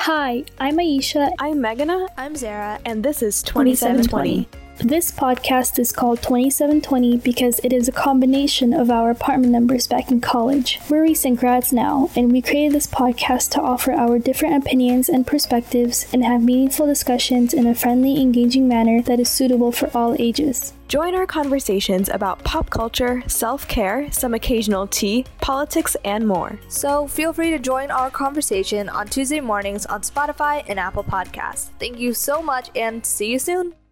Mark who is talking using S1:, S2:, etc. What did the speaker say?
S1: Hi, I'm Aisha.
S2: I'm Meghna.
S3: I'm Zara.
S2: And this is 2720.
S1: This podcast is called 2720 because it is a combination of our apartment numbers back in college. We're recent grads now, and we created this podcast to offer our different opinions and perspectives and have meaningful discussions in a friendly, engaging manner that is suitable for all ages.
S2: Join our conversations about pop culture, self care, some occasional tea, politics, and more.
S3: So feel free to join our conversation on Tuesday mornings on Spotify and Apple Podcasts. Thank you so much and see you soon.